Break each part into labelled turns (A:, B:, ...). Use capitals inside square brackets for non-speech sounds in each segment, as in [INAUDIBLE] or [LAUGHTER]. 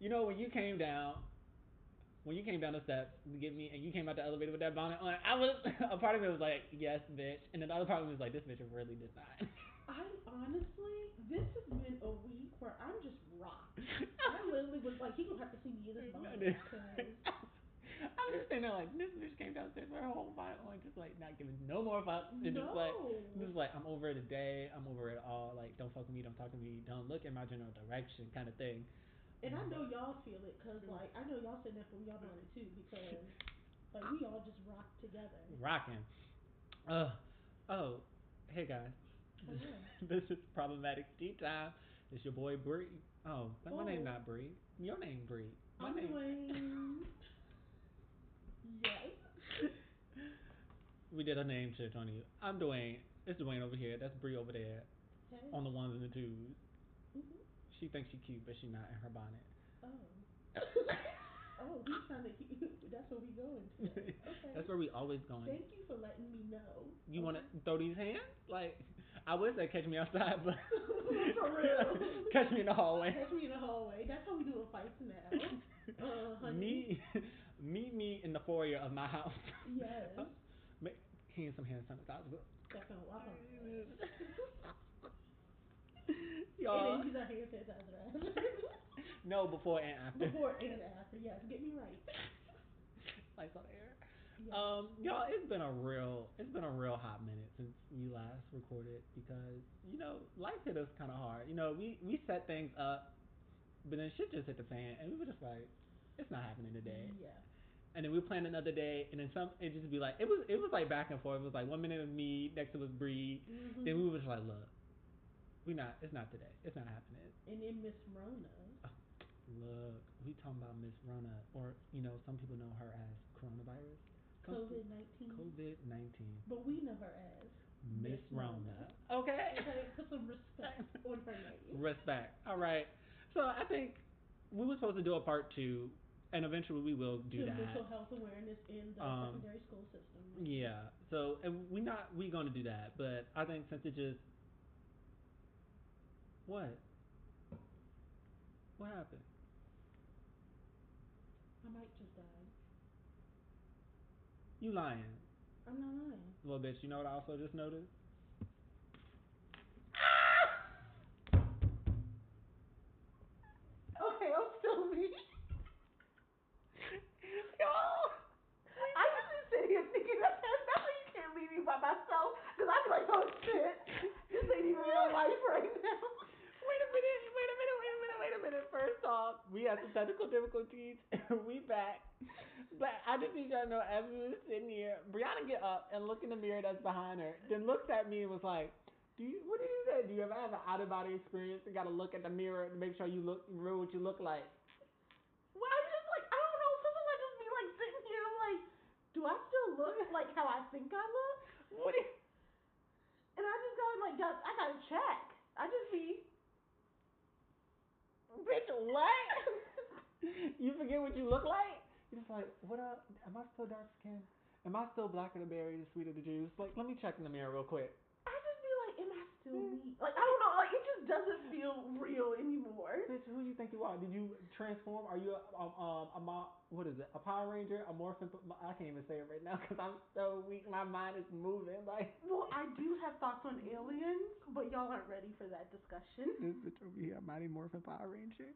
A: You know when you came down, when you came down the steps to get me, and you came out the elevator with that bonnet on, I was [LAUGHS] a part of me was like, yes, bitch, and then the other part of me was like, this bitch really did not. [LAUGHS]
B: I honestly, this has been a week where I'm just rocked. I literally was like, he gonna have to see me in
A: [LAUGHS]
B: this bonnet. 'cause
A: I'm just sitting there like, this bitch came downstairs with her whole bonnet on, just like not giving no more fucks, and just like,
B: No.
A: just like, I'm over it today, I'm over it all, like, don't fuck with me, don't talk to me, don't look in my general direction, kind of thing.
B: And I know y'all feel it, cause
A: Mm.
B: like I know y'all sitting there for y'all on it too,
A: [LAUGHS]
B: because like we all just rocked together.
A: Rocking. Uh, oh, hey guys.
B: Hello.
A: [LAUGHS] this is problematic tea time. It's your boy Bree. Oh, but my
B: Oh.
A: name not Bree. Your name Bree. My
B: I'm
A: name.
B: doing. [LAUGHS] yes.
A: we did a name search on you. I'm Dwayne. It's Dwayne over here. That's Bree over there.
B: Hey.
A: On the ones and the twos.
B: Mhm.
A: She thinks she cute, but she not in her bonnet. [LAUGHS]
B: Oh. Oh, he sounded cute. That's what we going to. Okay.
A: [LAUGHS] That's where we always going.
B: Thank you for letting me know.
A: You want to throw these hands? Like, I would say catch me outside, but
B: [LAUGHS] For real.
A: [LAUGHS] catch me in the hallway.
B: [LAUGHS] Catch me in the hallway. That's how we do in fights now. [LAUGHS]
A: [LAUGHS]
B: Uh, honey.
A: meet, meet me in the foyer of my house.
B: Yes.
A: Ma- [LAUGHS] Hand some hand sanitizer.
B: That's how I
A: Y'all.
B: And then use our hand sanitizer. [LAUGHS]
A: No, before and after. [LAUGHS]
B: Before and after. Yes, get me right.
A: Lights on air.
B: Yes.
A: Um, y'all, it's been a real, it's been a real hot minute since we last recorded because you know life hit us kind of hard. You know, we we set things up, but then shit just hit the fan, and we were just like, it's not happening today.
B: Yeah.
A: And then we planned another day, and then some, it just be like, it was it was like back and forth. It was like one minute it was me, next it was Bree.
B: Mhm.
A: Then we were just like, look, we not, it's not today. It's not happening.
B: And then Miss Rona.
A: Look, we talking about Miss Rona, or you know, some people know her as coronavirus,
B: COVID 19.
A: COVID nineteen.
B: But we know her as.
A: Miss
B: Miss
A: Rona.
B: Rona.
A: Okay. [LAUGHS]
B: Okay, put some respect on her name.
A: Respect. All right. So I think we were supposed to do a part two, and eventually we will do
B: to mental
A: that.
B: health awareness in the
A: Um,
B: secondary school system.
A: Yeah. So and we not we gonna do that, but I think since it just what what happened?
B: I might just die.
A: You lying,
B: I'm not lying.
A: little bitch. You know what I also just noticed?
B: Okay, I'm still
A: [LAUGHS]
B: me. I just been sitting here thinking that there's nothing you can't leave me by myself because I'd be like, oh shit, this ain't even
A: [LAUGHS]
B: real life right now.
A: Wait a minute, wait a minute, wait a minute, wait a minute. First off, we had some technical difficulties [LAUGHS] and we back. But I just need y'all to know as we were sitting here, Brianna get up and look in the mirror that's behind her, then looks at me and was like, Do you what did you say? Do you ever have an out of body experience and gotta look at the mirror to make sure you look real what you look like? [LAUGHS]
B: Well, I'm just like, I don't know. Sometimes I just be like sitting here, I'm like, do I still look like how I think I look?
A: What do you
B: And I just gotta like, got, I gotta check. I just be.
A: Bitch,
B: [LAUGHS]
A: what? you forget what you look like? You're just like, what up? Am I still dark skinned? Am I still blacker than berry, the sweeter the juice? Like, let me check in the mirror real quick.
B: I just be like, am I still me? Like, I don't know. Like, it just doesn't feel real anymore.
A: Bitch, who do you think you are? Did you transform? Are you a, um, um, a mo- what is it? A Power Ranger? A morphin? I can't even say it right now [LAUGHS] because I'm so weak. My mind is moving. [LAUGHS] Like
B: Well, I do have thoughts on aliens, but y'all aren't ready for that discussion.
A: this bitch over here, Mighty Morphin Power Ranger,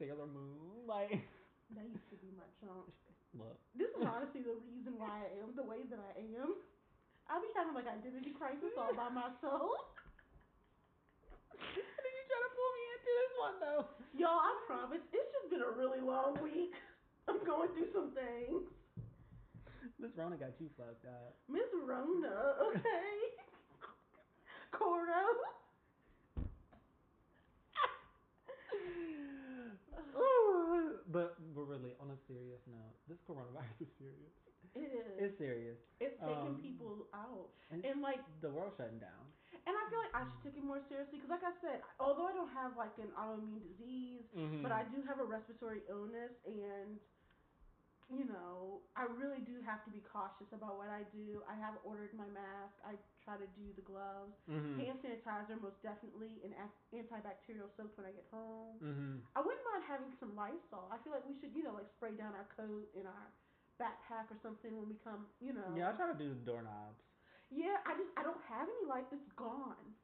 A: Sailor Moon. Like
B: That used to be my chunk.
A: [LAUGHS] look,
B: This is honestly the reason why I am the way that I am. I be having like identity crisis all by myself.
A: and then you try to pull me into this one though.
B: Y'all, I promise, it's just been a really long week. I'm going through some things.
A: Miss Rona got you fucked up.
B: Miss Rona, okay? [LAUGHS] Coro.
A: Ooh, [SIGHS] but but really, on a serious note, this coronavirus is serious.
B: It is.
A: It's serious.
B: It's
A: Um,
B: taking people out,
A: and-
B: and, like,
A: The world shutting down.
B: and I feel like I should take it more seriously because, like I said, although I don't have like an autoimmune disease,
A: Mhm.
B: but I do have a respiratory illness, and you know, I really do have to be cautious about what I do. I have ordered my mask. I try to do the gloves,
A: Mm-hmm.
B: hand sanitizer most definitely, and ac- antibacterial soap when I get home.
A: Mm-hmm.
B: I wouldn't mind having some Lysol. I feel like we should, you know, like spray down our coat and our backpack or something when we come, you know.
A: Yeah, I try to do the doorknobs.
B: Yeah, I just I don't have any life. It's gone,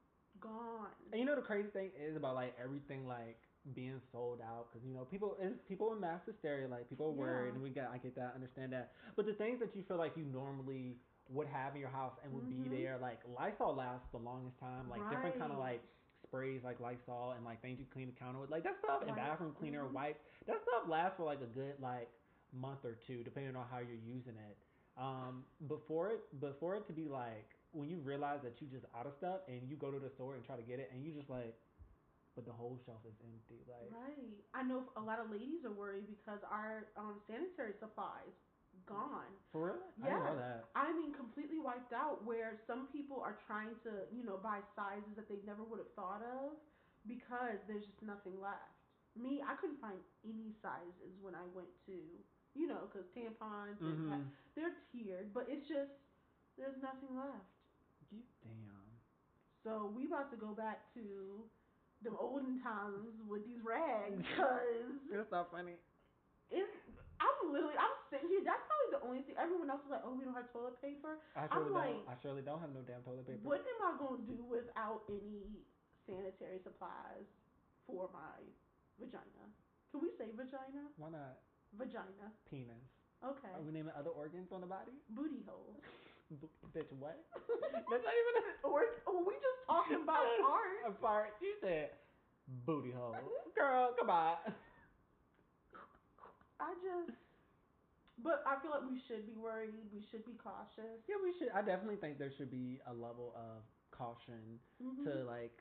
B: gone.
A: And you know the crazy thing is about like everything like being sold out because you know people is people in mass hysteria like people are worried
B: Yeah.
A: and we got I get that understand that but the things that you feel like you normally would have in your house and would
B: Mhm.
A: be there like Lysol lasts the longest time like different kind of like
B: Right.
A: sprays like Lysol and like things you clean the counter with like that stuff and
B: Right.
A: bathroom cleaner
B: Mhm.
A: wipes that stuff lasts for like a good like month or two depending on how you're using it um before it before it to be like when you realize that you just out of stuff and you go to the store and try to get it and you just like but the whole shelf is empty like
B: Right. I know a lot of ladies are worried because our um, sanitary supplies gone.
A: for real i didn't know that
B: I mean, completely wiped out. Where some people are trying to, you know, buy sizes that they never would have thought of because there's just nothing left. Me, I couldn't find any sizes when I went to, you know, because tampons and
A: mm-hmm.
B: pa- they're tiered, but it's just there's nothing left.
A: you damn
B: So we about to go back to the olden times with these rags, cause.
A: that's not funny
B: It's, I'm literally, I'm sitting here. That's probably the only thing. Everyone else is like, oh, we don't have toilet paper.
A: i
B: I'm
A: surely don't
B: like-
A: i surely don't have no damn toilet paper
B: What am I going to do without any sanitary supplies for my vagina? Can we say vagina?
A: why not
B: Vagina.
A: penis
B: Okay.
A: are we naming other organs on the body
B: Booty hole.
A: [LAUGHS] B- bitch what
B: That's
A: not even
B: Or, oh, we just talking about
A: [LAUGHS]
B: art.
A: a fart you said booty hole girl come on
B: I just, but I feel like we should be worried. We should be cautious.
A: yeah we should i definitely think there should be a level of caution
B: Mm-hmm.
A: to like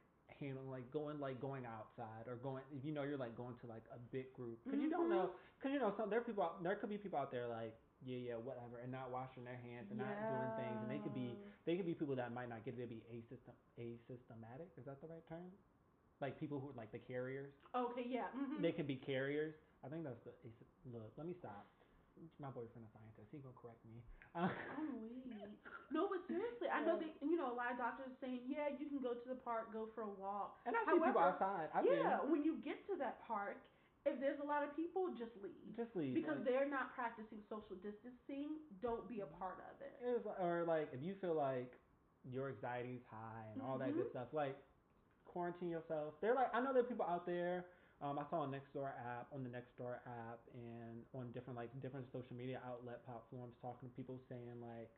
A: handle like going like going outside or going if you know you're like going to like a big group because you don't
B: Mhm.
A: know because you know some there are people out, there could be people out there like yeah yeah whatever and not washing their hands and not doing things and they could be
B: Yeah.
A: they could be people that might not get it to be asystem asystematic is that the right term like people who are like the carriers
B: Okay, yeah. mhm.
A: they could be carriers I think that's the asy- look let me stop my boyfriend a scientist he gonna correct me [LAUGHS] uh,
B: Oh, wait. No, but seriously, I know
A: Yeah.
B: they, you know, a lot of doctors are saying, yeah, you can go to the park, go for a walk.
A: and I see people
B: However,
A: outside I
B: yeah, when you get to that park, if there's a lot of people, just
A: mean,
B: leave.
A: just leave
B: Because
A: like-
B: they're not practicing social distancing, don't be a
A: Mm-hmm.
B: part of it.
A: It's like- or like if you feel like your anxiety's high and all that good
B: Mhm.
A: stuff, like quarantine yourself. They're like I know there are people out there. Um, I saw on Nextdoor app on the Nextdoor app and on different like different social media outlet platforms talking to people saying like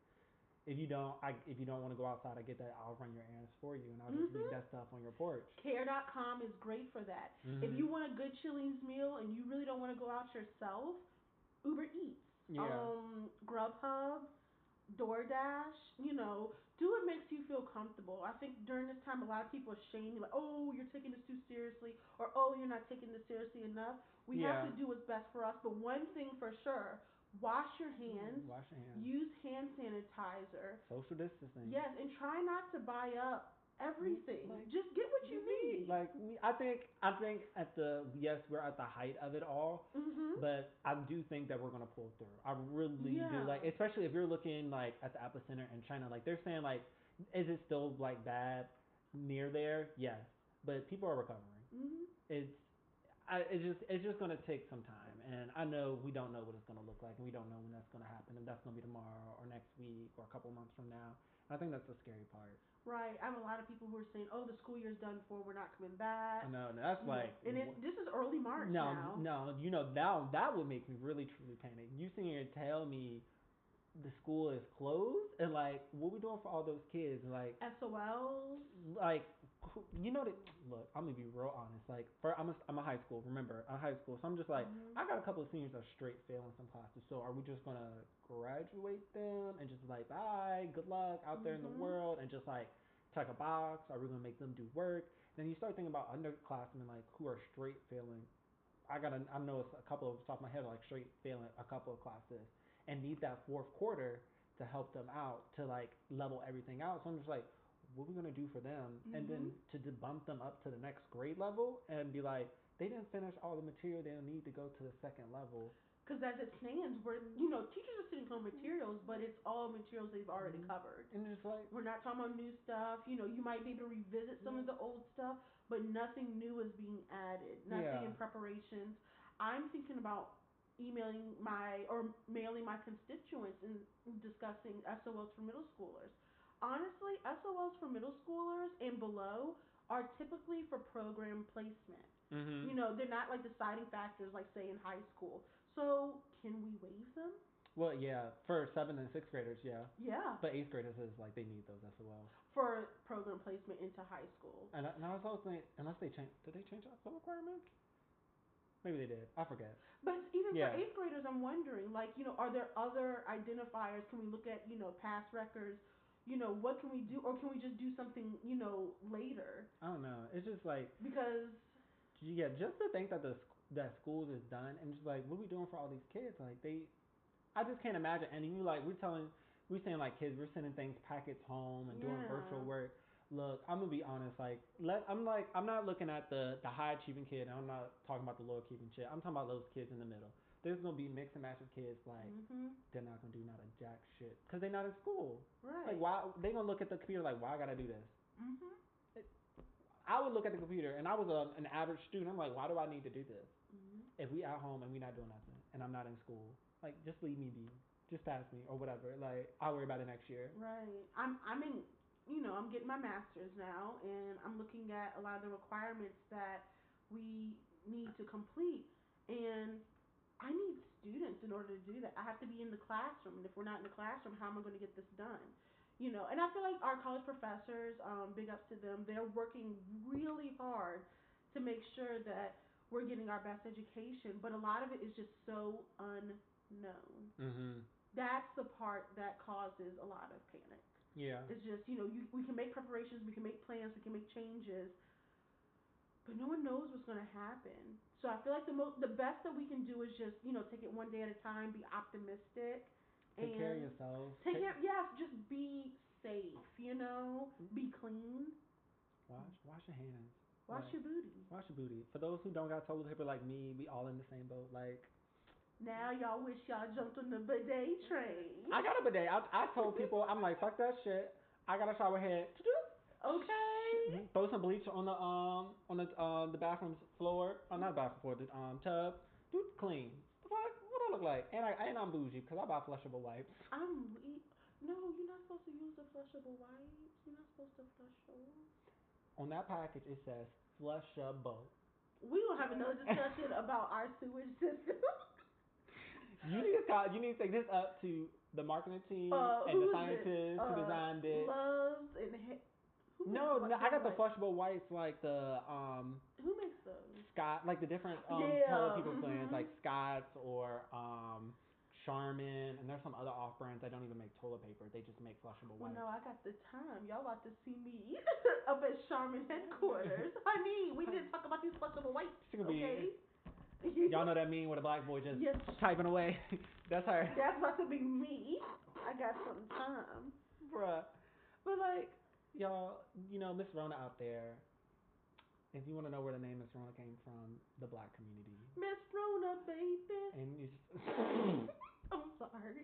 A: if you don't I if you don't want to go outside I get that I'll run your errands for you and I'll just leave
B: Mhm.
A: that stuff on your porch.
B: Care.com is great for that. If
A: Mhm.
B: you want a good chillings meal and you really don't want to go out yourself, Uber Eats,
A: Yeah.
B: um, Grubhub, DoorDash, you know, do what makes you feel comfortable. I think during this time, a lot of people are shaming, like, oh, you're taking this too seriously, or oh, you're not taking this seriously enough. We
A: Yeah.
B: have to do what's best for us, but one thing for sure wash your hands,
A: Wash your hands.
B: use hand sanitizer.
A: Social distancing.
B: Yes, and try not to buy up everything.
A: Like,
B: Just get what you need.
A: Like we, I think I think at the yes we're at the height of it all.
B: mm-hmm.
A: But I do think that we're gonna pull through. I really
B: Yeah.
A: do like, especially if you're looking like at the epicenter in China. Like they're saying, like, is it still like bad near there? Yes, but people are recovering.
B: mm-hmm.
A: It's, I, it's just, it's just gonna take some time. And I know we don't know what it's gonna look like, and we don't know when that's gonna happen, and that's gonna be tomorrow or next week or a couple months from now. I think that's the scary part.
B: Right. I have a lot of people who are saying, "Oh, the school year's done for. We're not coming back."
A: I know and that's
B: You know,
A: like.
B: and
A: wh-
B: it, this is early March
A: no,
B: now.
A: no, you know now that would make me really truly panic. You sitting here and tell me the school is closed and like what we doing for all those kids? Like,
B: SOL.
A: like who- you know that. Look, I'm gonna be real honest. Like, for I'm a, I'm a high school. Remember, I'm high school, so I'm just like
B: Mhm.
A: I got a couple of seniors that are straight failing some classes. So are we just gonna graduate them and just be like bye, good luck out there in the
B: Mhm.
A: world and just like check a box? Are we gonna make them do work? Then you start thinking about underclassmen like who are straight failing. I got a, I know it's a couple of off the top of my head like straight failing a couple of classes and need that fourth quarter to help them out to like level everything out. So I'm just like, what we gonna do for them? And then to d- bump them up to the next grade level and be like, they didn't finish all the material they don't need to go to the second level.
B: Because as it stands, we're you know teachers are sitting on materials, but it's all materials they've already
A: Mhm.
B: covered.
A: And it's like,
B: We're not talking about new stuff. You know, you might be able to revisit some of the old stuff, but nothing new is being added. Nothing
A: Yeah.
B: in preparations. I'm thinking about emailing my or mailing my constituents and discussing SOLs for middle schoolers. Honestly, SOLs for middle schoolers and below are typically for program placement.
A: mm-hmm.
B: You know, they're not like deciding factors like say in high school. So can we waive them?
A: well, yeah, for seventh and sixth graders, yeah.
B: Yeah.
A: But eighth graders is like they need those SOLs.
B: For program placement into high school.
A: And I, and I was always like, unless they change, did they change that requirement? Maybe they did. I forget.
B: But it's even
A: Yeah.
B: for eighth graders, I'm wondering, like, you know, are there other identifiers? Can we look at, you know, past records? You know, what can we do, or can we just do something, you know, later?
A: I don't know. It's just like,
B: Because
A: yeah, just to think that the sc- that schools is done and just like, what are we doing for all these kids? Like they, I just can't imagine. And you like, we're telling, we're saying like kids, we're sending things packets home and doing virtual
B: Yeah.
A: work. Look, I'm gonna be honest. Like, let I'm like, I'm not looking at the the high achieving kid. And I'm not talking about the low achieving kid. I'm talking about those kids in the middle. There's gonna be mix and match of kids like
B: Mhm.
A: they're not gonna do not a jack shit because they're not in school.
B: right,
A: Like why they gonna look at the computer like why I gotta do this?
B: hmm
A: I would look at the computer and I was a, an average student. I'm like why do I need to do this?
B: hmm
A: If we at home and we not doing nothing and I'm not in school, like just leave me be, just pass me or whatever. Like I'll worry about it next year.
B: right. I'm, I'm in, you know, I'm getting my master's now, and I'm looking at a lot of the requirements that we need to complete, and I need students in order to do that. I have to be in the classroom, and if we're not in the classroom, how am I going to get this done? You know, and I feel like our college professors, um, big ups to them, they're working really hard to make sure that we're getting our best education, but a lot of it is just so unknown.
A: Mhm.
B: That's the part that causes a lot of panic.
A: Yeah.
B: It's just, you know, you, we can make preparations, we can make plans, we can make changes, but no one knows what's going to happen. So I feel like the most, the best that we can do is just, you know, take it one day at a time, be optimistic,
A: Take
B: and
A: care of yourselves.
B: take care. Yes, just be safe. You know,
A: Mm-hmm.
B: be clean.
A: Wash wash your hands.
B: Wash
A: Right.
B: your booty.
A: Wash your booty. For those who don't got toilet paper like me, we all in the same boat. Like
B: Now y'all wish y'all jumped on the bidet train.
A: I got a bidet. I I told people I'm like fuck that shit. I got a shower head. [LAUGHS]
B: okay.
A: Mhm. Throw some bleach on the um on the um the bathroom floor. Oh, not bathroom floor. The um tub. Do clean. The fuck? What I look like? And I and I'm bougie because I buy flushable wipes.
B: I'm. We- no, you're not supposed to use the flushable wipes. You're not supposed to flush those.
A: On that package it says flushable.
B: We will have another discussion about our sewage [LAUGHS] system.
A: You need to call, you need to take this up to the marketing team
B: Uh,
A: and the
B: who is it?
A: scientists
B: Uh,
A: who designed it.
B: Gloves and he- who
A: No,
B: makes
A: no, I got the
B: wipes?
A: flushable wipes like the um
B: Who makes those?
A: Scott like the different um
B: Yeah,
A: toilet people brands
B: mhm.
A: like Scott's or um Charmin and there's some other off brands that don't even make toilet paper. They just make flushable
B: Well,
A: wipes.
B: no, I got the time. Y'all about to see me [LAUGHS] up at Charmin
A: [LAUGHS]
B: headquarters. Honey, we didn't talk about these flushable wipes,
A: She gonna be-
B: okay?
A: [LAUGHS] Y'all
B: [LAUGHS]
A: know that meme where the black boy just
B: Yes.
A: typing away. [LAUGHS] That's her.
B: That's about to be me. I got some time.
A: [LAUGHS] Bruh. But like, y'all, you know, Miss Rona out there, if you want to know where the name Miss Rona came from, the black community.
B: Miss Rona, baby.
A: And you just, [LAUGHS]
B: I'm sorry.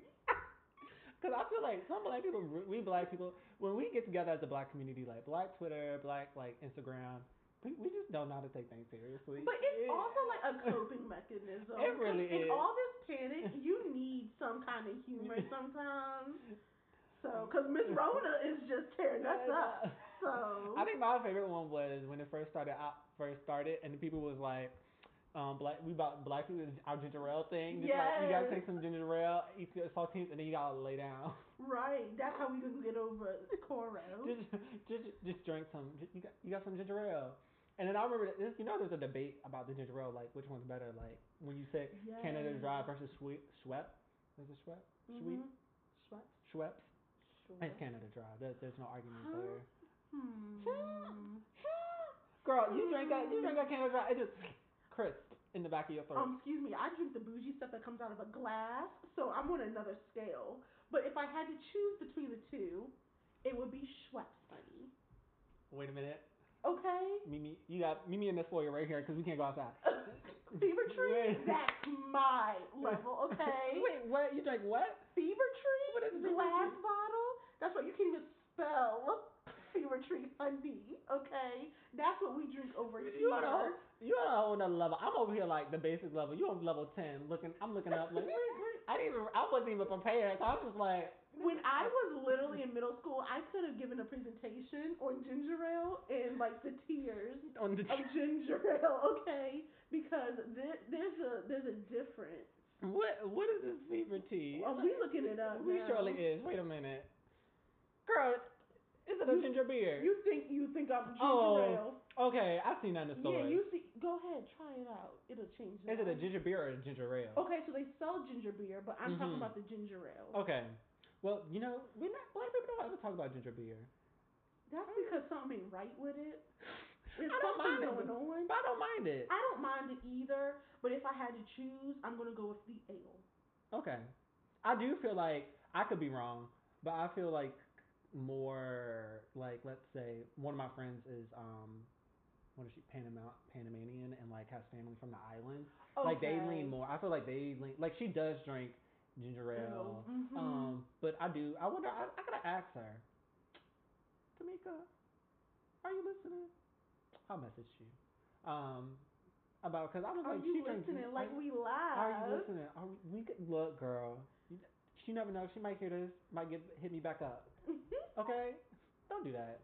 A: cause I feel like some black people, we black people, when we get together as a black community, like black Twitter, black like Instagram, we, we just don't know how to take things seriously.
B: But it's
A: Yeah.
B: also like a
A: [LAUGHS]
B: coping mechanism.
A: It really
B: in
A: is.
B: all this panic,
A: [LAUGHS]
B: you need some kind of humor sometimes. So, because Miss
A: [LAUGHS]
B: Rona is just tearing us up. [LAUGHS] So,
A: I think my favorite one was when it first started out first started and the people was like um black we bought black people is our ginger ale thing. Just like you gotta
B: Yes.
A: take some ginger ale, eat the saltines and then you gotta lay down.
B: right, that's how we gonna get over Coro.
A: [LAUGHS] just just just drink some ju- you got you got some ginger ale. And then I remember that this, you know there's a debate about the ginger ale, like which one's better, like when you say
B: Yes.
A: Canada Dry versus Sweet Schwepp. Is it Schwepp? Sweet
B: Mhm.
A: Schwepp? Schweppes?
B: Sure.
A: It's Canada Dry. There, there's no argument
B: Huh?
A: there.
B: Hmm.
A: Girl, you drink that you drink that Canada Dry, it just crisp in the back of your throat.
B: Um, excuse me, I drink the bougie stuff that comes out of a glass, so I'm on another scale. But if I had to choose between the two, it would be Schweppes, honey.
A: Wait a minute.
B: Okay.
A: Mimi, you got Mimi and this lawyer right here because we can't go outside.
B: Fever tree.
A: Wait.
B: That's my level. Okay.
A: [LAUGHS] Wait, what? You drank what?
B: Fever tree.
A: What is fever
B: glass
A: tree?
B: bottle? That's what you can even spell. Fever tree honey. Okay. That's what we drink over here.
A: You on a whole, you on a whole nother level. I'm over here like the basic level. You on level ten. Looking, I'm looking up. Like, where- where- I didn't even, I wasn't even prepared. So I was just like,
B: When I was literally in middle school, I could have given a presentation on ginger ale and like the tears
A: on the.
B: of ginger [LAUGHS] ale, okay? Because there, there's a there's a difference.
A: What what is this fever tea?
B: Are Oh, we looking it up?
A: We
B: now?
A: surely is. Wait a minute, girl. Is it a
B: You-
A: ginger beer?
B: You think you think I'm ginger
A: Oh,
B: ale?
A: okay, I've seen that in the store.
B: Yeah, you see. Go ahead, try it out. It'll change. your
A: is it a
B: life.
A: ginger beer or a ginger ale?
B: Okay, so they sell ginger beer, but I'm talking
A: Mhm.
B: about the ginger ale.
A: Okay. Well, you know, we're not black people don't ever talk about ginger beer.
B: That's because something ain't right with it. There's
A: I don't
B: something
A: mind it.
B: going on.
A: But [LAUGHS] I don't mind it.
B: I don't mind it either, but if I had to choose, I'm gonna go with the ale.
A: Okay. I do feel like I could be wrong, but I feel like more like let's say one of my friends is um what is she Panama Panamanian and like has family from the island. Like they lean more. I feel like they lean like she does drink ginger ale.
B: hmm
A: Um, but I do. I wonder. I, I gotta ask her. Tamika, are you listening? I'll message you. Um, about because I was
B: Are
A: like, she
B: you
A: drinks-
B: listening? Like we live.
A: are you
B: [LAUGHS]
A: listening? Are we, we could look, girl. You, she never knows. She might hear this. Might get hit me back up. Okay, don't do that.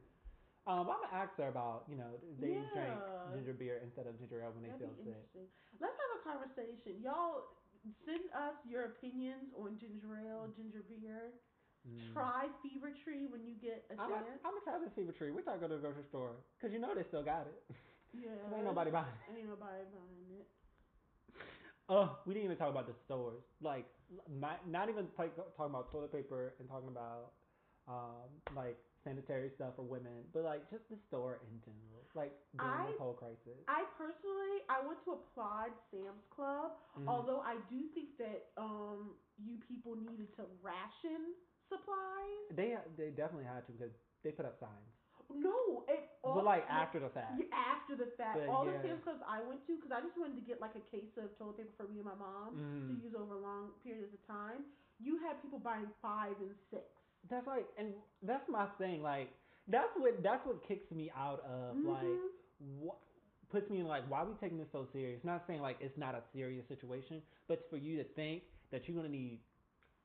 A: Um, but I'm gonna ask her about you know they drink
B: Yeah.
A: ginger beer instead of ginger ale when they
B: That'd
A: feel
B: be
A: sick.
B: interesting. Let's have a conversation, y'all. Send us your opinions on ginger ale, ginger beer.
A: Mm.
B: Try Fever Tree when you get a
A: I'm gonna,
B: chance.
A: I'm gonna try this fever tree. We talk go to the grocery store because you know they still got it. [LAUGHS]
B: Yeah.
A: Ain't nobody buying it.
B: Ain't nobody buying it.
A: Oh, we didn't even talk about the stores. Like, not, not even like talking about toilet paper and talking about um like sanitary stuff for women, but like just the store in general. Like during
B: I-
A: this whole crisis.
B: I personally, I want to applaud Sam's Club,
A: Mhm.
B: although I do think that um you people needed to ration supplies.
A: they they definitely had to because they put up signs,
B: No, it all
A: but like after the fact.
B: Oh, Yeah, after the fact,
A: But,
B: all
A: yeah.
B: the Sam's Clubs I went to, because I just wanted to get like a case of toilet paper for me and my mom. to
A: Mm.
B: use over long periods of time, you had people buying five and six.
A: That's like, and that's my thing. Like, that's what that's what kicks me out of like
B: Mhm.
A: what puts me in like why are we taking this so serious not saying like it's not a serious situation but for you to think that you're gonna need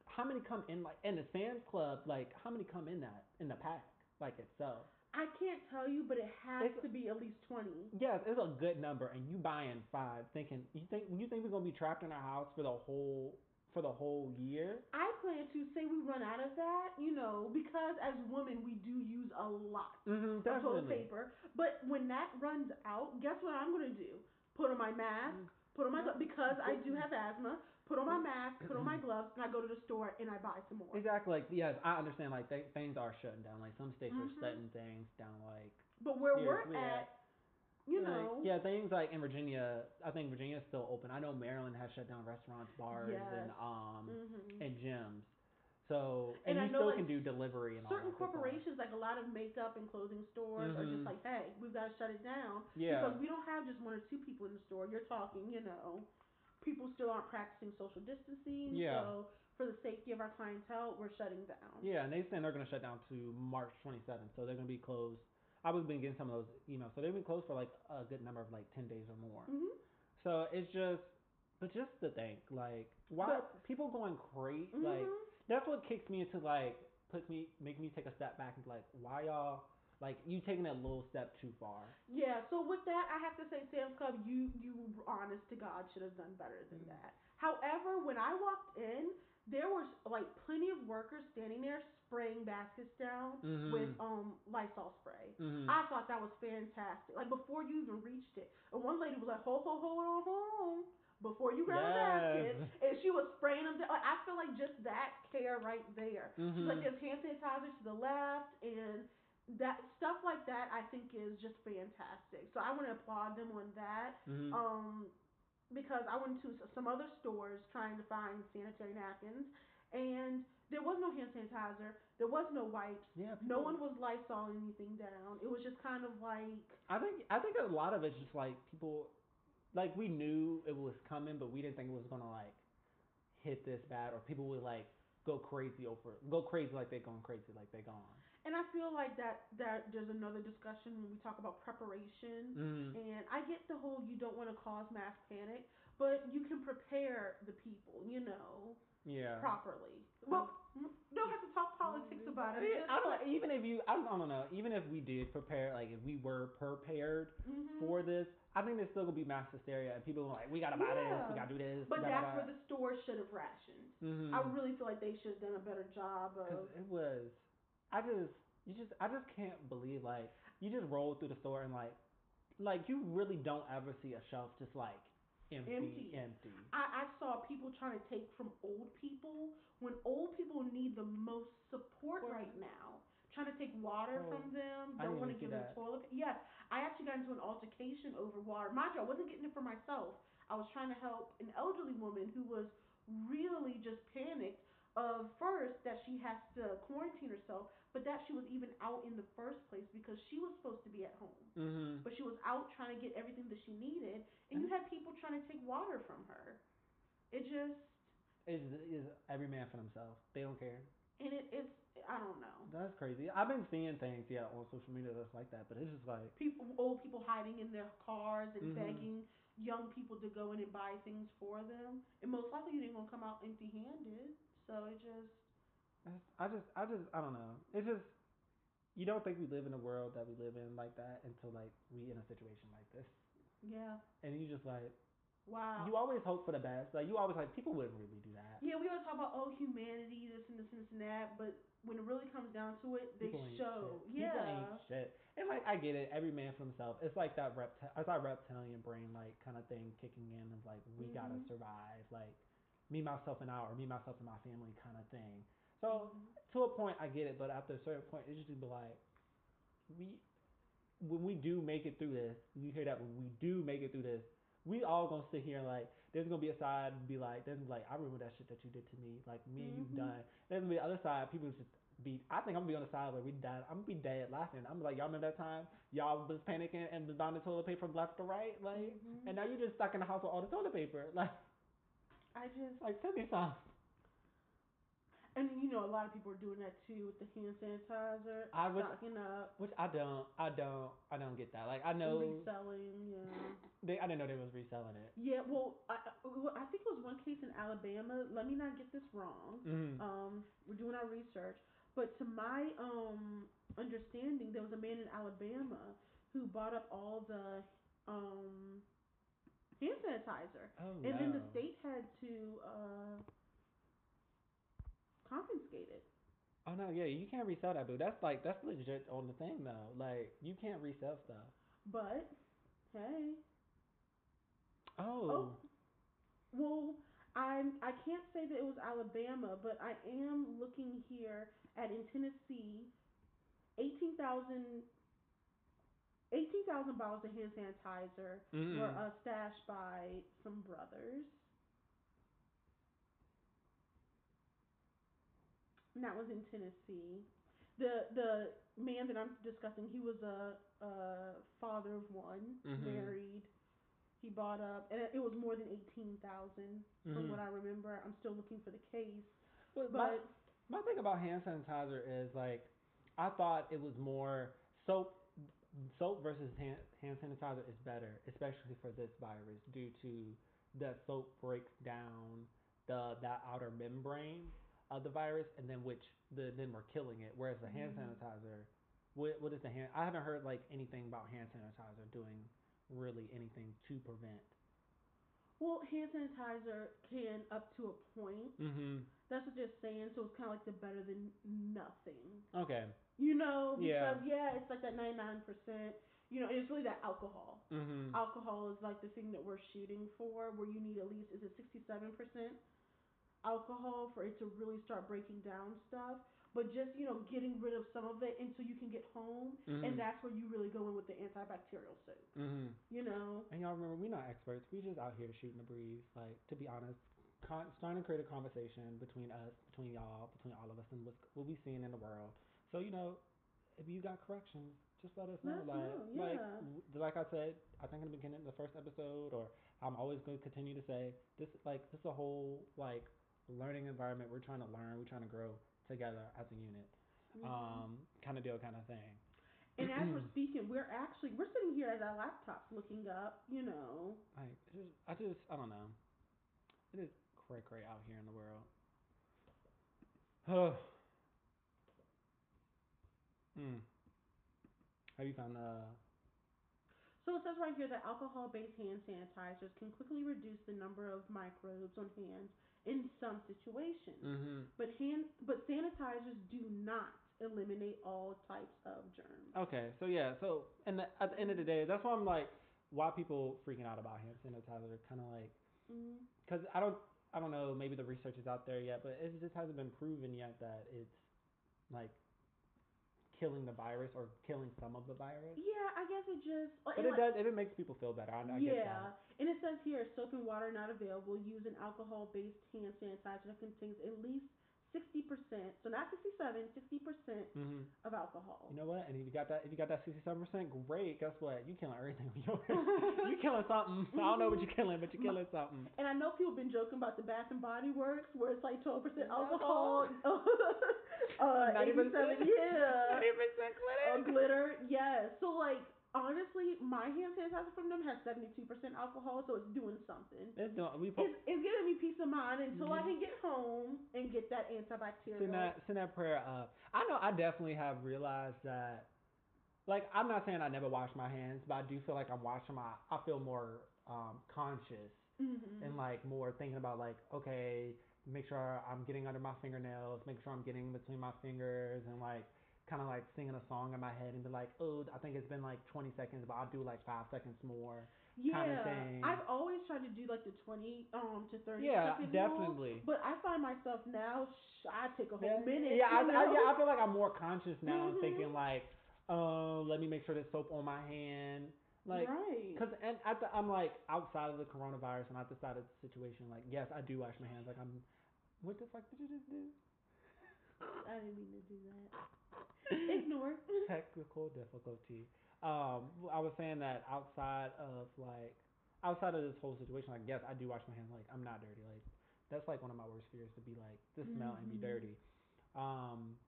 A: how many come in like in the sam's club like how many come in that in the pack like itself
B: I can't tell you, but it has
A: It's-
B: to be at least twenty.
A: yes it's a good number and you buying five thinking you think you think we're gonna be trapped in our house for the whole for the whole year
B: I plan to say we run out of that, you know, because as women we do use a lot
A: mm-hmm,
B: of toilet paper. But when that runs out, guess what I'm gonna do? Put on my mask.
A: Mm.
B: Put on my glo- because I do have asthma. Put on my mask. Put on my gloves, and I go to the store and I buy some more.
A: exactly like yes i understand like th- things are shutting down like some states
B: Mhm.
A: are shutting things down like
B: But where
A: Here's
B: we're
A: where-
B: at, you
A: Like,
B: know,
A: yeah, things like in Virginia, I think Virginia's still open. I know Maryland has shut down restaurants, bars, and
B: Yes.
A: um
B: mhm.
A: and gyms. So
B: And
A: and,
B: I
A: you
B: know,
A: still
B: like,
A: can do delivery and all
B: certain
A: that good stuff.
B: corporations, like a lot of makeup and clothing stores, are
A: Mhm.
B: just like, hey, we've got to shut it down
A: Yeah,
B: because we don't have just one or two people in the store. You're talking, you know, people still aren't practicing social distancing.
A: Yeah.
B: So for the safety of our clientele, we're shutting down.
A: yeah, and they saying they're gonna shut down to March 27th, so they're gonna be closed. I was been getting some of those emails, so they've been closed for like a good number of like 10 days or more.
B: hmm
A: So it's just, but just to think, like, why are people going crazy?
B: Mm-hmm.
A: Like, that's what kicks me into like puts me make me take a step back and be like why y'all like you taking that little step too far
B: Yeah. So with that, I have to say, Sam's Club, you you honest to God should have done better than
A: Mhm.
B: that. However, when I walked in, there was like plenty of workers standing there spraying baskets down
A: mm-hmm.
B: with um Lysol spray.
A: mm-hmm.
B: I thought that was fantastic. Like before you even reached it, and one lady was like, "Ho ho ho, hold on, home." Before you grab a basket,
A: Yes.
B: and she was spraying them down. Like, I feel like just that care right there. She's
A: mm-hmm.
B: Like there's hand sanitizer to the left, and that stuff like that I think is just fantastic. So I want to applaud them on that.
A: mm-hmm.
B: Um, because I went to s- some other stores trying to find sanitary napkins, and There was no hand sanitizer. There was no wipes.
A: Yeah.
B: No
A: people-
B: one was Lysol anything down. It was just kind of like,
A: I think I think a lot of it's just like people, like we knew it was coming, but we didn't think it was gonna like hit this bad, or people would like go crazy over go crazy like they're going crazy like they're gone.
B: and I feel like that that there's another discussion when we talk about preparation.
A: Mm.
B: And I get the whole you don't want to cause mass panic, but you can prepare the people, you know,
A: Yeah.
B: properly. Well, m- don't have to talk politics
A: Mm-hmm.
B: about it.
A: I don't know, even if you I don't, I don't know even if we did prepare like if we were prepared
B: Mhm.
A: for this I think there's still gonna be mass hysteria and people are like we gotta buy this we
B: Yeah.
A: gotta do this
B: But that's where the store should have rationed.
A: mm-hmm.
B: I really feel like they should have done a better job
A: Cause
B: of.
A: it was, I just, you just, I just can't believe like you just roll through the store and like, like you really don't ever see a shelf just like empty,
B: Empty.
A: empty.
B: I, I saw people trying to take from old people when old people need the most support
A: Support.
B: right now. Trying to take water
A: Oh,
B: from them,
A: I didn't
B: don't want to
A: see
B: give them
A: that.
B: toilet. pa- Yes, I actually got into an altercation over water. Mind you, I wasn't getting it for myself. I was trying to help an elderly woman who was really just panicked of first that she has to quarantine herself, but that she was even out in the first place because she was supposed to be at home
A: Mm-hmm.
B: but she was out trying to get everything that she needed, and you had people trying to take water from her. It just
A: It's, it's every man for themselves. They don't care.
B: and it it's I don't know.
A: That's crazy. I've been seeing things yeah on social media that's like that, but it's just like
B: People, old people hiding in their cars
A: Mhm.
B: and begging young people to go in and buy things for them, and most likely you didn't gonna come out empty-handed. So it just
A: That's- I just, I just, I don't know. It's just you don't think we live in a world that we live in like that until like we in a situation like this,
B: yeah,
A: and you just like
B: wow.
A: you always hope for the best. Like you always like people wouldn't really do that.
B: yeah, we always talk about oh humanity, this and this and this and that, but when it really comes down to it, they
A: People ain't
B: show
A: shit. People
B: yeah.
A: ain't shit. And like I get it, every man for himself. It's like that repti- it's that reptilian brain like kind of thing kicking in of like we gotta
B: Mhm.
A: survive, like me myself and I or me myself and my family kind of thing. So to a point I get it, but after a certain point it's just gonna be like we when we do make it through this, you hear that when we do make it through this, we all gonna sit here and like there's gonna be a side and be like there's like I remember that shit that you did to me, like me and
B: Mhm.
A: you done. There's gonna be the other side, people just be I think I'm gonna be on the side where we died I'm gonna be dead laughing. I'm like, Y'all remember that time y'all was panicking and was buying the toilet paper from left to right? Like
B: Mhm.
A: and now you're just stuck in the house with all the toilet paper. [LAUGHS] Like
B: Mm-hmm. I just
A: like tell me something.
B: And you know, a lot of people are doing that too with the hand sanitizer,
A: I was
B: stocking up,
A: which I don't I don't I don't get that. Like I know
B: reselling. Yeah.
A: They, I didn't know they was reselling it.
B: Yeah. Well, I, I- well, I think it was one case in Alabama. Let me not get this wrong.
A: Mm.
B: Um, we're doing our research, but to my um understanding, there was a man in Alabama who bought up all the um hand sanitizer,
A: oh
B: and then the
A: no.
B: state had to uh confiscate it.
A: Oh no, yeah, you can't resell that, boo. That's like that's legit on the thing though. Like you can't resell stuff.
B: But hey.
A: Oh.
B: Oh. Well, I'm I can't say that it was Alabama, but I am looking here at in Tennessee, 18,000 18,000 bottles of hand sanitizer
A: Mm.
B: were uh, stashed by some brothers. And that was in Tennessee. The the man that I'm discussing, he was a, a father of one,
A: Mhm.
B: married. He bought up, and it was more than eighteen thousand, from
A: Mhm.
B: what I remember. I'm still looking for the case,
A: But my,
B: but
A: my thing about hand sanitizer is like I thought it was more soap soap versus hand hand sanitizer is better, especially for this virus due to the soap breaks down the that outer membrane of the virus and then which the then we're killing it. Whereas the hand
B: Mm.
A: sanitizer what what is the hand I haven't heard like anything about hand sanitizer doing really anything to prevent.
B: well, hand sanitizer can up to a point.
A: Mhm.
B: That's what they're saying. So it's kind of like the better than nothing.
A: Okay.
B: You know,
A: Yeah.
B: because yeah, it's like that ninety nine percent. You know, and it's really that alcohol.
A: Mhm.
B: Alcohol Oh, is like the thing that we're shooting for, where you need at least is it sixty seven percent alcohol for it to really start breaking down stuff. But just you know, getting rid of some of it until you can get home,
A: Mhm.
B: and that's where you really go in with the antibacterial soap.
A: Mhm.
B: You know,
A: And y'all remember, we're not experts. We just out here shooting the breeze. Like, to be honest, con- starting to create a conversation between us, between y'all, between all of us, and what's, what we seeing in the world. So you know, if you got corrections, just let us know. like,
B: Let us know,
A: like,
B: yeah.
A: w- like I said, I think in the beginning, of the first episode, or I'm always going to continue to say this. Like, this is a whole like learning environment. We're trying to learn. We're trying to grow together as a unit.
B: Mm-hmm.
A: Um, mm-hmm. kind of deal, kind of thing.
B: and as we're speaking, we're actually we're sitting here at our laptops looking up, you know,
A: Like, it's just, I just, I don't know. It is cray cray out here in the [SIGHS] world. mm. Have you found uh, the?
B: So it says right here that alcohol-based hand sanitizers can quickly reduce the number of microbes on hands in some situations,
A: Mm-hmm.
B: but hand but sanitizers do not eliminate all types of germs.
A: Okay, so yeah, so and the, at the end of the day, that's why I'm like, why people freaking out about hand sanitizer? Kind of like,
B: Mm.
A: cause I don't, I don't know, maybe the research is out there yet, but it just hasn't been proven yet that it's like killing the virus or killing some of the virus.
B: Yeah, I guess it just.
A: But
B: and
A: it
B: like-
A: does, if it makes people feel better, I, I get that.
B: yeah, and it says here soap and water not available. Use an alcohol-based hand sanitizer that contains at least sixty percent, so not sixty-seven, sixty percent
A: Mm-hmm.
B: of alcohol.
A: You know what? And if you got that, if you got that sixty-seven percent, great. Guess what? You killing everything with
B: [LAUGHS]
A: your, [LAUGHS] you killing something. I don't know what you're killing, but you're killing something.
B: And I know people been joking about the Bath and Body Works, where it's like twelve percent
A: Alcohol. [LAUGHS]
B: alcohol, [LAUGHS] uh,
A: Not even
B: eighty-seven,
A: clear. [LAUGHS]
B: yeah,
A: percent
B: uh, glitter, yes. So like, honestly, my hand sanitizer from them has seventy-two percent alcohol, so it's doing something.
A: It's doing. We po-
B: It's, it's giving me peace of mind until
A: Mhm.
B: I can get home and get that antibacterial.
A: send that send that prayer up. I know. I definitely have realized that. Like I'm not saying I never wash my hands, but I do feel like I'm washing my. I feel more um, conscious
B: Mhm.
A: and like more thinking about like okay make sure i'm getting under my fingernails make sure i'm getting between my fingers and like kind of like singing a song in my head and be like oh i think it's been like 20 seconds but i'll do like five seconds more
B: yeah,
A: kinda thing.
B: I've always tried to do like the twenty um to thirty
A: yeah
B: second rule,
A: definitely
B: but I find myself now, sh- I take a whole
A: yeah,
B: minute.
A: yeah, I,
B: you
A: I,
B: know?
A: yeah i feel like i'm more conscious now and
B: Mhm.
A: thinking like oh let me make sure there's soap on my hand like
B: right.
A: Cause and at the, I'm like outside of the coronavirus and outside of the situation. Like yes, I do wash my hands. Like I'm, what the fuck did you just do?
B: I didn't mean to do that. Ignore.
A: technical difficulty. Um, w- I was saying that outside of like outside of this whole situation, like yes, I do wash my hands. Like I'm not dirty. Like that's like one of my worst fears to be like this smell and be
B: Mhm.
A: dirty. Um,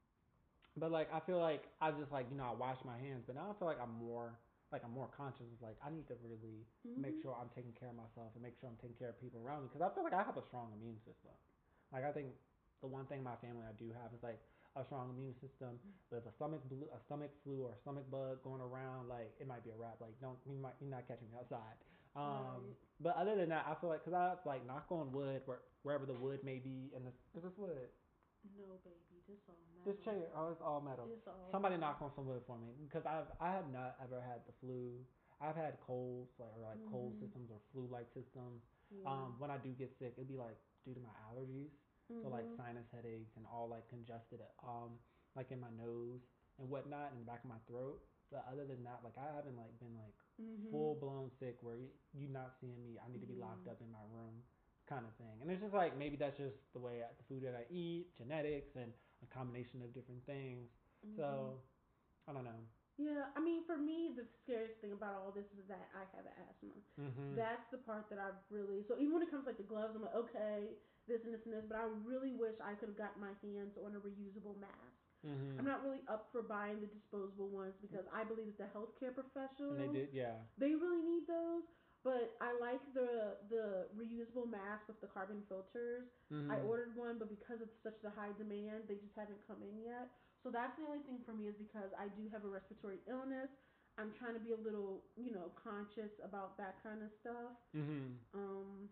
A: but like I feel like I just like you know I wash my hands, but now I feel like I'm more like I'm more conscious. of Like I need to really [LAUGHS] make sure I'm taking care of myself and make sure I'm taking care of people around me because I feel like I have a strong immune system. Like I think the one thing my family I do have is like a strong immune system. But if a stomach blu a stomach flu or a stomach bug going around, like it might be a wrap. Like don't you might you're not catching me outside. Um,
B: Right.
A: but other than that, I feel like because I like knock on wood where wherever the wood may be and this is this wood
B: Mm-hmm. No, baby, this all metal.
A: this chair oh it's all metal.
B: This all
A: Somebody knock on some wood for me because I've I have not ever had the flu. I've had colds like or like cold
B: Mhm.
A: systems or flu like systems.
B: Yeah.
A: Um, when I do get sick, it'd be like due to my allergies, so like
B: Mhm.
A: sinus headaches and all like congested um like in my nose and whatnot and the back of my throat. But other than that, like I haven't like been like
B: Mhm.
A: full blown sick where you you not seeing me. I need to be locked
B: Yeah.
A: up in my room, kind of thing. And it's just like maybe that's just the way I, the food that I eat, genetics, and a combination of different things.
B: Mhm.
A: So I don't know.
B: Yeah, I mean, for me, the scariest thing about all this is that I have asthma.
A: Mm-hmm.
B: That's the part that I really. So even when it comes like the gloves, I'm like, okay, this and this and this, but I really wish I could have gotten my hands on a reusable mask.
A: mm-hmm.
B: I'm not really up for buying the disposable ones because I believe it's the healthcare professional.
A: and they did, yeah.
B: they really need those. But I like the the reusable mask with the carbon filters.
A: Mm-hmm.
B: I ordered one, but because it's such the high demand, they just haven't come in yet. So that's the only thing for me is because I do have a respiratory illness. I'm trying to be a little, you know, conscious about that kind of stuff.
A: Mm-hmm.
B: Um,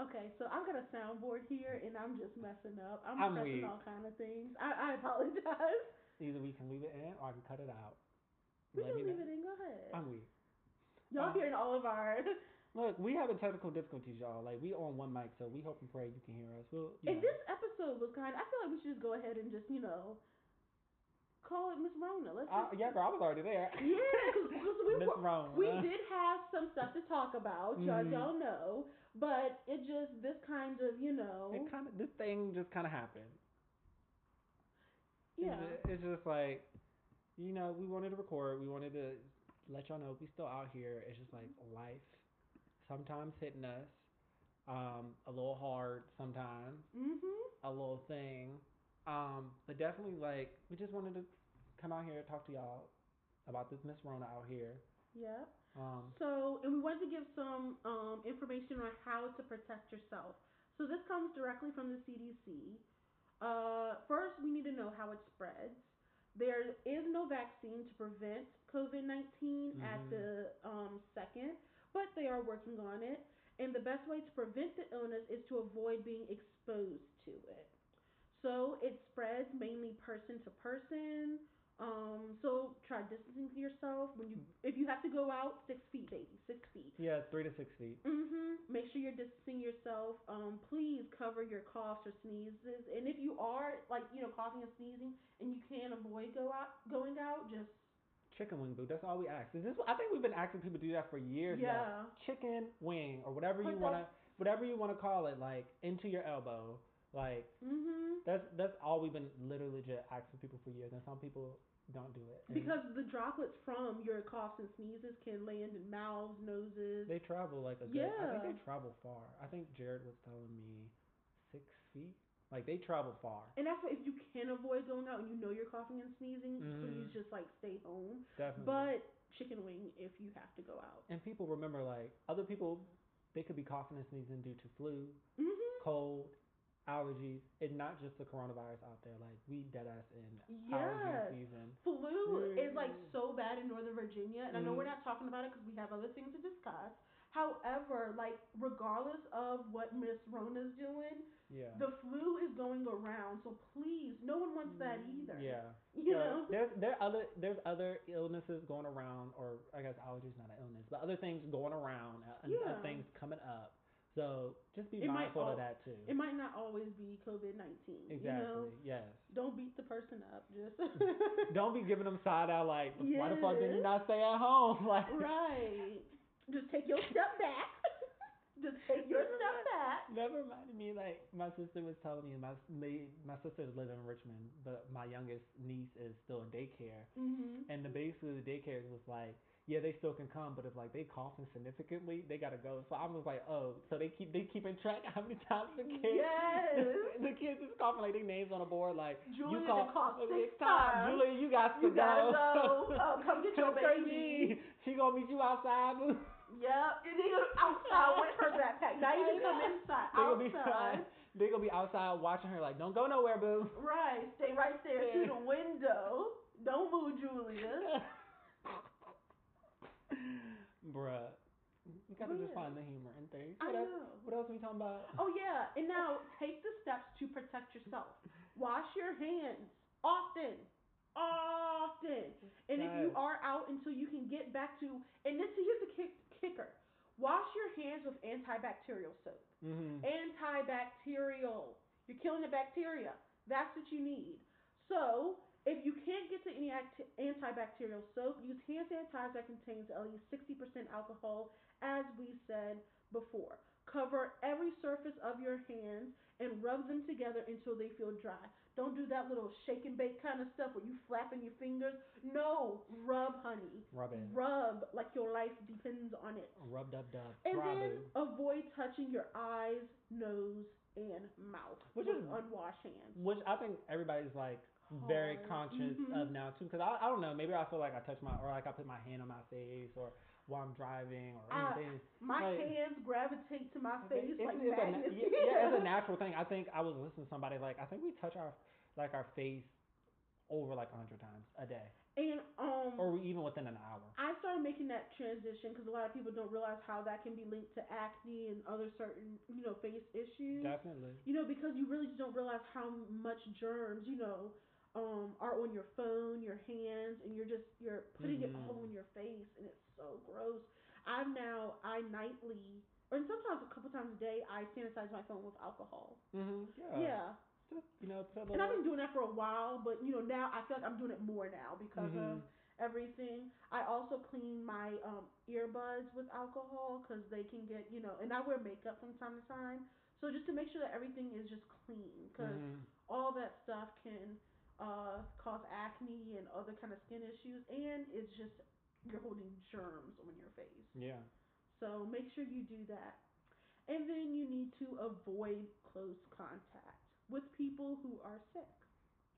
B: okay, so I've got a soundboard here, and I'm just messing up. I'm,
A: I'm
B: pressing
A: weak.
B: all kind of things. I, I apologize. [LAUGHS]
A: Either we can leave it in or I can cut it out.
B: We
A: Let
B: can
A: me
B: leave
A: know.
B: it in. Go ahead.
A: I'm weak.
B: Y'all
A: uh,
B: hearing all of our. [LAUGHS]
A: Look, we having technical difficulties, y'all. Like we on one mic, so we hope and pray you can hear us. We'll, you
B: And
A: know.
B: this episode was kind. I feel like we should just go ahead and just you know Call it Miss Rona. Let's.
A: Uh,
B: just-
A: yeah, girl, I was already there.
B: Yeah, 'cause- 'cause we
A: [LAUGHS] Miss
B: were-
A: Rona.
B: We did have some stuff to talk about, y'all
A: Mhm.
B: don't know, but it just this kind of you know,
A: It kind of this thing just kind of happened. It's
B: yeah,
A: ju- It's just like, you know, we wanted to record. We wanted to let y'all know we still out here. It's just like life sometimes hitting us um, a little hard sometimes,
B: mhm,
A: a little thing. Um, but definitely, like, we just wanted to come out here and talk to y'all about this Miss Rona out here.
B: yeah.
A: Um,
B: So, and we wanted to give some um, information on how to protect yourself. So, this comes directly from the CDC. Uh, first, we need to know how it spreads. There is no vaccine to prevent COVID 19 at
A: Mhm.
B: the um, second, but they are working on it. And the best way to prevent the illness is to avoid being exposed to it. So, it spreads mainly person to person. Um, so try distancing yourself when you if you have to go out six feet, baby, six feet.
A: yeah, three to six feet.
B: Mhm. Make sure you're distancing yourself. Um, please cover your coughs or sneezes, and if you are like you know coughing and sneezing, and you can avoid go out going out, just
A: Chicken wing, boo. That's all we ask. Is this? I think we've been asking people to do that for years now.
B: yeah,
A: chicken wing or whatever you
B: Put
A: wanna whatever you wanna call it, like into your elbow. Like
B: mhm.
A: that's that's all we've been literally just asking people for years and some people don't do it. and
B: Because the droplets from your coughs and sneezes can land in mouths, noses.
A: they travel like a good I think they
B: Yeah.
A: travel far. I think Jared was telling me six feet. Like they travel far.
B: and that's why if you can avoid going out and you know you're coughing and sneezing,
A: Mhm.
B: please just like stay home.
A: Definitely.
B: But chicken wing if you have to go out.
A: and people remember like other people they could be coughing and sneezing due to flu,
B: Mm-hmm.
A: cold, allergies. It's not just the coronavirus out there. Like we dead ass in
B: Yes.
A: allergy season.
B: Flu is like
A: Mm.
B: so bad in Northern Virginia, and I know we're
A: Mhm.
B: not talking about it because we have other things to discuss. However, like regardless of what Miss Rona's doing,
A: Yeah.
B: the flu is going around. So please, no one wants that either.
A: Mm. Yeah.
B: You
A: So,
B: know.
A: there's there are other there's other illnesses going around, or I guess allergies not an illness, but other things going around, uh, and, uh,
B: Yeah.
A: things coming up. So just be
B: It might
A: mindful
B: al-
A: of that too.
B: It might not always be COVID nineteen.
A: exactly.
B: You know?
A: Yes.
B: Don't beat the person up.
A: [LAUGHS]
B: Just [LAUGHS]
A: Don't be giving them side eye like, why the fuck did you
B: Yes.
A: not stay at home? [LAUGHS] Like,
B: right. Just take your step back. [LAUGHS] Just take your step back.
A: That reminded me, like my sister was telling me, my my, my sisters live in Richmond, but my youngest niece is still in daycare,
B: Mm-hmm.
A: and the basically the daycare was like, yeah, they still can come, but if like they coughing significantly, they gotta go. So I was like, oh, so they keep they keeping track how many times the kids
B: Yes.
A: [LAUGHS] the kids is coughing like their names on a board like you
B: Julia done
A: cough
B: coughed
A: okay,
B: six
A: time.
B: times.
A: Julia, you got to
B: You gotta
A: go.
B: go. Oh,
A: [LAUGHS]
B: come get your
A: Take
B: baby.
A: me. She gonna meet you outside. boo. [LAUGHS]
B: Yep, and they go outside with her backpack. Not
A: [LAUGHS]
B: even come inside.
A: They gonna be
B: Outside.
A: they gonna be outside watching her like, don't go nowhere, boo. [LAUGHS]
B: Right. Stay right there through the window. Don't move,
A: [LAUGHS]
B: Julia.
A: Bruh, you gotta just
B: Weird.
A: find the humor in things.
B: I
A: What else?
B: know.
A: What else we talking about?
B: Oh yeah. And now take the steps to protect yourself. Wash your hands often. Often. And if you
A: Yes.
B: are out until you can get back to and this here's the kick, kicker. Wash your hands with antibacterial soap.
A: Mm-hmm.
B: antibacterial. You're killing the bacteria. That's what you need. So, if you can't get to any act- antibacterial soap, use hand sanitizer that contains at least 60% alcohol, as we said before. Cover every surface of your hands and rub them together until they feel dry. Don't do that little shake and bake kind of stuff where you flapping your fingers. No, rub, honey.
A: Rub it.
B: Rub like your life depends on it.
A: Rub dub dub.
B: And
A: Rabu.
B: then avoid touching your eyes, nose, and mouth
A: Which
B: with
A: is-
B: unwashed hands.
A: Which I think everybody's like very
B: Hard.
A: conscious
B: Mhm.
A: of now too, because I, I don't know maybe I feel like I touch my or like I put my hand on my face or while I'm driving or
B: Ah,
A: anything.
B: My
A: like-
B: hands gravitate to my face
A: It's-
B: like
A: it's a na-
B: magnets.
A: yeah, yeah,
B: [LAUGHS]
A: it's a natural thing. I think I was listening to somebody like I think we touch our like our face over like a hundred times a day,
B: and um,
A: or we- even within an hour.
B: I started making that transition because a lot of people don't realize how that can be linked to acne and other certain you know face
A: Mm-hmm.
B: issues.
A: Definitely.
B: you know, because you really just don't realize how much germs, you know, um, are on your phone, your hands, and you're just you're putting it all
A: Mhm.
B: on your face, and it's so gross. I'm now I nightly, or sometimes a couple times a day, I sanitize my phone with alcohol.
A: Mm-hmm. Yeah.
B: yeah,
A: put up, you know, put up a
B: And I've
A: little-
B: been doing that for a while, but you know now I feel like I'm doing it more now because of
A: Mhm.
B: everything. I also clean my um, earbuds with alcohol because they can get you know, and I wear makeup from time to time. So just to make sure that everything is just clean because
A: Mhm.
B: all that stuff can uh, cause acne and other kind of skin issues, and it's just you're holding germs on your face.
A: Yeah.
B: So make sure you do that. And then you need to avoid close contact with people who are sick.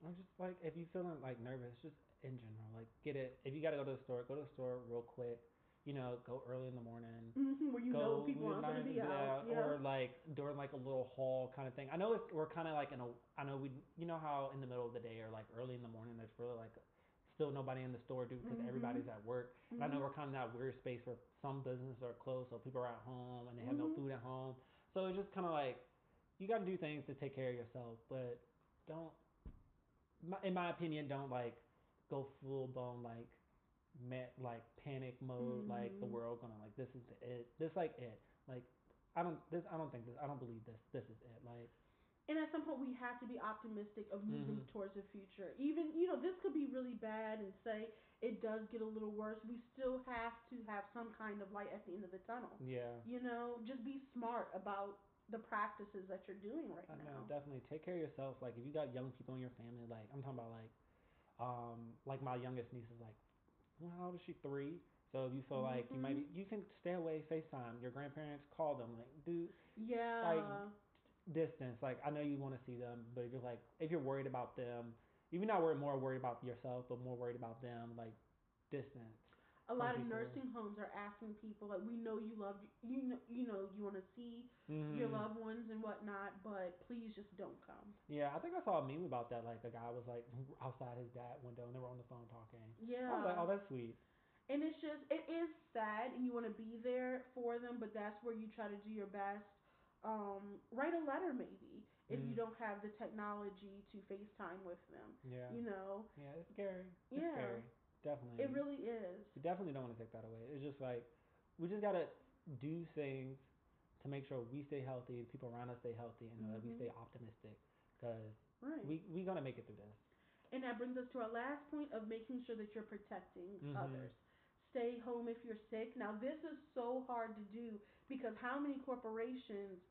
A: I'm just like, if you feeling like nervous, just in general, like get it. If you gotta go to the store, go to the store real quick. You know, go early in the morning.
B: hmm where you
A: go
B: know people
A: when
B: aren't
A: not
B: going to be
A: even
B: out.
A: that,
B: Yeah.
A: or like during like a little hall kind of thing. I know it's we're kind of like in a. I know we. You know how in the middle of the day or like early in the morning, there's really like still nobody in the store dude because
B: Mhm.
A: everybody's at work. And I know
B: Mhm.
A: we're kind of in that weird space where some businesses are closed, so people are at home and they have
B: Mhm.
A: no food at home. So it's just kind of like you got to do things to take care of yourself, but don't. My, in my opinion, don't like go full blown like met like panic mode, like the
B: Mhm.
A: world gonna like this is it, this like it, like I don't this I don't think this I don't believe this this is it, like
B: And at some point, we have to be optimistic of moving
A: Mhm.
B: towards the future. Even, you know, this could be really bad and say it does get a little worse. We still have to have some kind of light at the end of the tunnel.
A: yeah.
B: You know, just be smart about the practices that you're doing right
A: I know,
B: now.
A: definitely take care of yourself. Like if you got young people in your family, like I'm talking about like um like my youngest niece is like well, how old is she? Three. So if you feel like you might be,
B: Mhm.
A: you can stay away, FaceTime, your grandparents, call them, like do
B: Yeah.
A: distance. Like I know you want to see them, but if you're like if you're worried about them, if you're not worried more worried about yourself, but more worried about them, like distance.
B: a lot of
A: people-
B: nursing homes are asking people, like, we know you love, you know, you, know, you want to see your
A: Mhm.
B: loved ones and whatnot, but please just don't come.
A: Yeah, I think I saw a meme about that. Like the guy was like outside his dad window and they were on the phone talking.
B: Yeah.
A: I was like, oh, that's sweet.
B: And it's just it is sad and you want to be there for them, but that's where you try to do your best. Um, write a letter maybe if you
A: Mm.
B: don't have the technology to FaceTime with them.
A: Yeah,
B: You know,
A: yeah, it's scary. It's
B: Yeah.
A: scary. Definitely.
B: it really is.
A: We definitely don't want to take that away. It's just like we just gotta do things to make sure we stay healthy, the people around us stay healthy, and that we
B: Mhm.
A: stay optimistic because
B: Right.
A: we we gonna make it through this.
B: and that brings us to our last point of making sure that you're protecting
A: Mhm.
B: others. Stay home if you're sick. Now this is so hard to do because how many corporations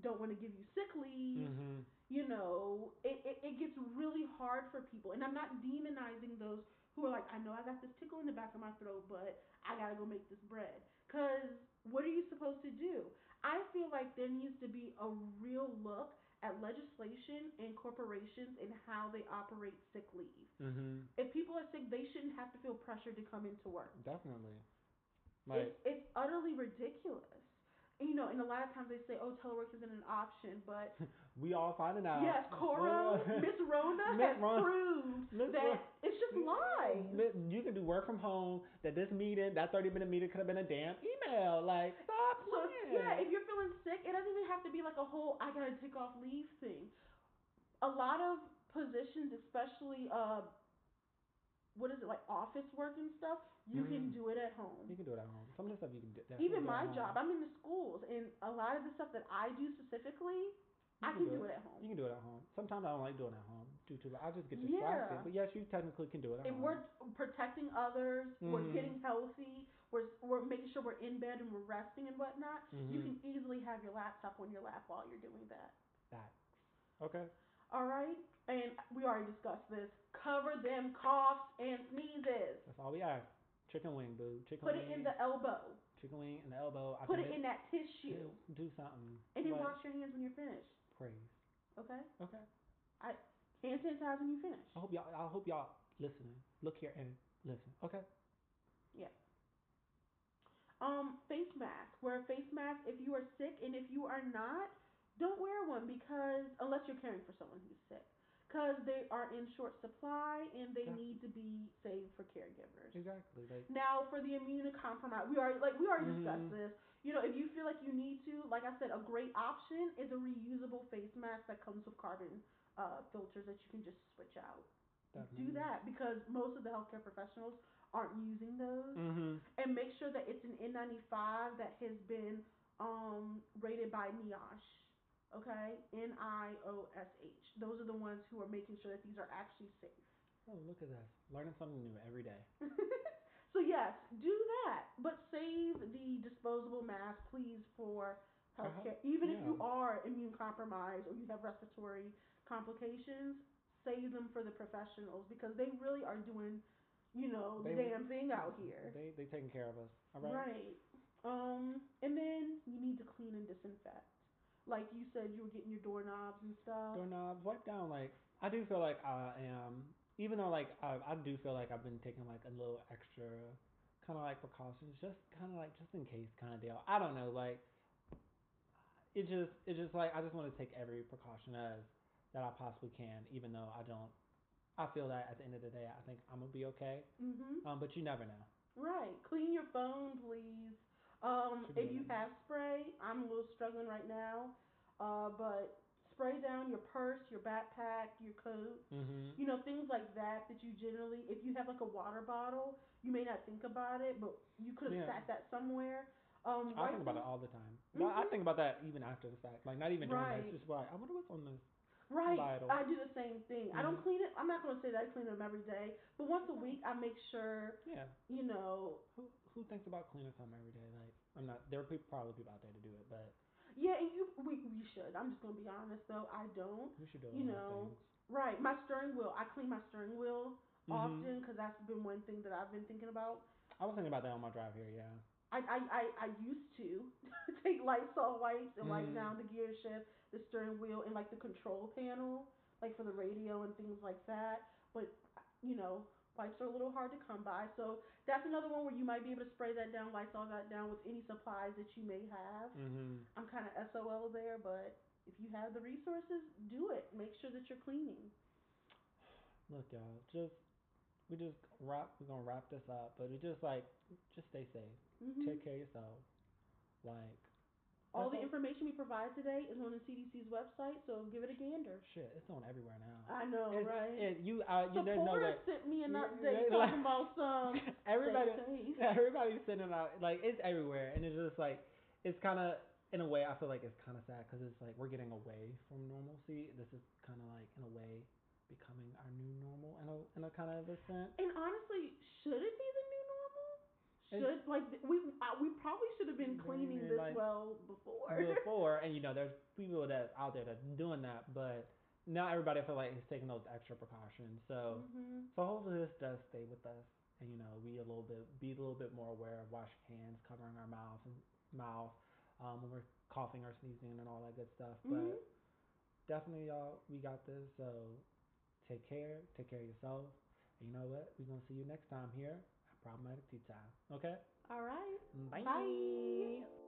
B: don't want to give you sick leave?
A: Mm-hmm.
B: you know, it, it, it gets really hard for people. And I'm not demonizing those who are like, I know I got this tickle in the back of my throat, but I gotta go make this bread. Because what are you supposed to do? I feel like there needs to be a real look at legislation and corporations and how they operate sick leave.
A: Mm-hmm.
B: If people are sick, they shouldn't have to feel pressured to come into work.
A: Definitely. Like
B: It's, it's utterly ridiculous. You know, and a lot of times they say, oh, telework isn't an option, but
A: [LAUGHS] we all finding out.
B: Yes,
A: [LAUGHS]
B: Coro,
A: We're-
B: [LAUGHS] Miss Rona
A: Miss
B: has
A: Rona-
B: proved
A: Miss
B: that
A: Rona-
B: it's just
A: [LAUGHS]
B: lies.
A: Li- You can do work from home. That this meeting, that thirty minute meeting, could have been a damn email. Like stop
B: So
A: playing.
B: yeah, if you're feeling sick, it doesn't even have to be like a whole I gotta take off leave thing. A lot of positions, especially uh, what is it like office work and stuff, you can
A: Mhm.
B: do it at home.
A: You can do it at home. Some of the stuff you can do. definitely
B: even
A: do at
B: my
A: home.
B: job, I'm in the schools, and a lot of the stuff that I do specifically,
A: You
B: I can do it at home.
A: You can do it at home. Sometimes I don't like doing it at home due to I just get
B: Yeah.
A: distracted. But yes, you technically can do it at
B: And
A: home.
B: we're protecting others, we're
A: Mhm.
B: getting healthy, we're, we're making sure we're in bed and we're resting and whatnot. You
A: Mhm.
B: can easily have your laptop on your lap while you're doing that.
A: That. Okay.
B: All right? And we already discussed this. Cover them coughs and sneezes.
A: That's all we ask. Chicken wing, boo. Chicken
B: Put
A: wing.
B: it in the elbow.
A: chicken wing in the elbow. I
B: Put
A: can
B: it
A: make-
B: in that tissue.
A: do- Do something.
B: And then
A: Like,
B: wash your hands when you're finished.
A: Praise.
B: Okay?
A: Okay.
B: Hand sanitize when you finish.
A: I hope y'all. I hope y'all listening. Look here and listen. Okay.
B: Um, face mask. Wear a face mask if you are sick, and if you are not, don't wear one because unless you're caring for someone who's sick, because they are in short supply and they
A: Yeah.
B: need to be saved for caregivers.
A: Exactly. Like.
B: Now for the immunocompromised, we already like we already
A: Mhm.
B: discussed this. You know, if you feel like you need to, like I said, a great option is a reusable face mask that comes with carbon uh, filters that you can just switch out. Do
A: Definitely.
B: that because most of the healthcare professionals aren't using those
A: Mm-hmm.
B: and make sure that it's an N95 that has been um rated by NIOSH. Okay, N I O S H. Those are the ones who are making sure that these are actually safe. [LAUGHS]
A: Oh, look at this. Learning something new every day.
B: so yes, do that, but save the disposable mask, please, for healthcare. Even if you
A: Uh-huh. yeah.
B: are immune compromised or you have respiratory complications, save them for the professionals because they really are doing, you know, the
A: They-
B: damn thing out here.
A: They they taking care of us. All right.
B: Right. Um, and then you need to clean and disinfect. Like you said, you were getting your doorknobs and stuff.
A: Doorknobs, wipe uh, down. Like I do feel like I am, even though like I, I do feel like I've been taking like a little extra, kind of like precautions, just kind of like just in case kind of deal. I don't know, like it just it just like I just want to take every precaution as that I possibly can, even though I don't. I feel that at the end of the day, I think I'm gonna be okay.
B: hmm
A: Um, but you never know.
B: Right. Clean your phone, please. Um,
A: Should be
B: if you
A: in there.
B: have spray, I'm a little struggling right now, uh, but spray down your purse, your backpack, your coat,
A: Mhm.
B: you know, things like that that you generally, if you have like a water bottle, you may not think about it, but you could have
A: Yeah.
B: sat that somewhere. Um,
A: I think
B: wipe
A: about
B: the-
A: it all the time. But I
B: Mhm.
A: think about that even after the fact. Like not even during
B: Right.
A: this. Just like I wonder what's on this.
B: Right.
A: Vital.
B: I do the same thing. I don't
A: Mhm.
B: clean it. I'm not going to say that I clean them every day, but once a week I make sure,
A: Yeah.
B: you know,
A: Who who thinks about cleaning something every day? Like I'm not. There are peop probably people out there to do it, but
B: yeah, and you we, we should. I'm just going to be honest though, I don't.
A: we should do it.
B: You know, Right. My steering wheel, I clean my steering wheel
A: hmm
B: often cuz that's been one thing that I've been thinking about.
A: I was thinking about that on my drive here. Yeah.
B: I I I, I used to [LAUGHS] take Lysol wipes and wipe
A: Mhm.
B: down the gear shift, the steering wheel and like the control panel, like for the radio and things like that, but you know, wipes are a little hard to come by. So that's another one where you might be able to spray that down, Lysol that down with any supplies that you may have.
A: Mhm.
B: I'm kind of SOL there, but if you have the resources, do it. Make sure that you're cleaning.
A: Look, y'all. Just we just wrap. We're gonna wrap this up, but we just like just stay safe.
B: Mhm.
A: Take care of yourself. Like
B: All the
A: Okay.
B: information we provide today is on the CDC's website, so give it a gander.
A: shit, it's on everywhere now.
B: I know,
A: It's-
B: right?
A: it- you, uh, you, there's no
B: Sephora
A: way.
B: sent me an
A: Yeah, [LAUGHS]
B: update
A: yeah,
B: talking about some.
A: Everybody,
B: Safe.
A: Yeah, [LAUGHS] everybody's sending out like it's everywhere, and it's just like it's kind of in a way I feel like it's kind of sad because it's like we're getting away from normalcy. This is kind of like in a way becoming our new normal in a in a kind of a sense.
B: And honestly, should it be the new normal?
A: It's-
B: Should like th- we uh, we probably should have been
A: Very,
B: cleaning
A: very
B: this
A: like-
B: well before. [LAUGHS]
A: Before, and you know, there's people that's out there that's doing that, but not everybody I feel like is taking those extra precautions. So,
B: Mhm.
A: so hopefully this does stay with us, and you know, we a little bit be a little bit more aware of washing hands, covering our mouth and mouth um, when we're coughing or sneezing and all that good stuff. But
B: Mhm.
A: definitely y'all we got this so take care take care of yourself and you know what we're gonna see you next time here at problematic tea time okay
B: All right.
A: bye.
B: Bye.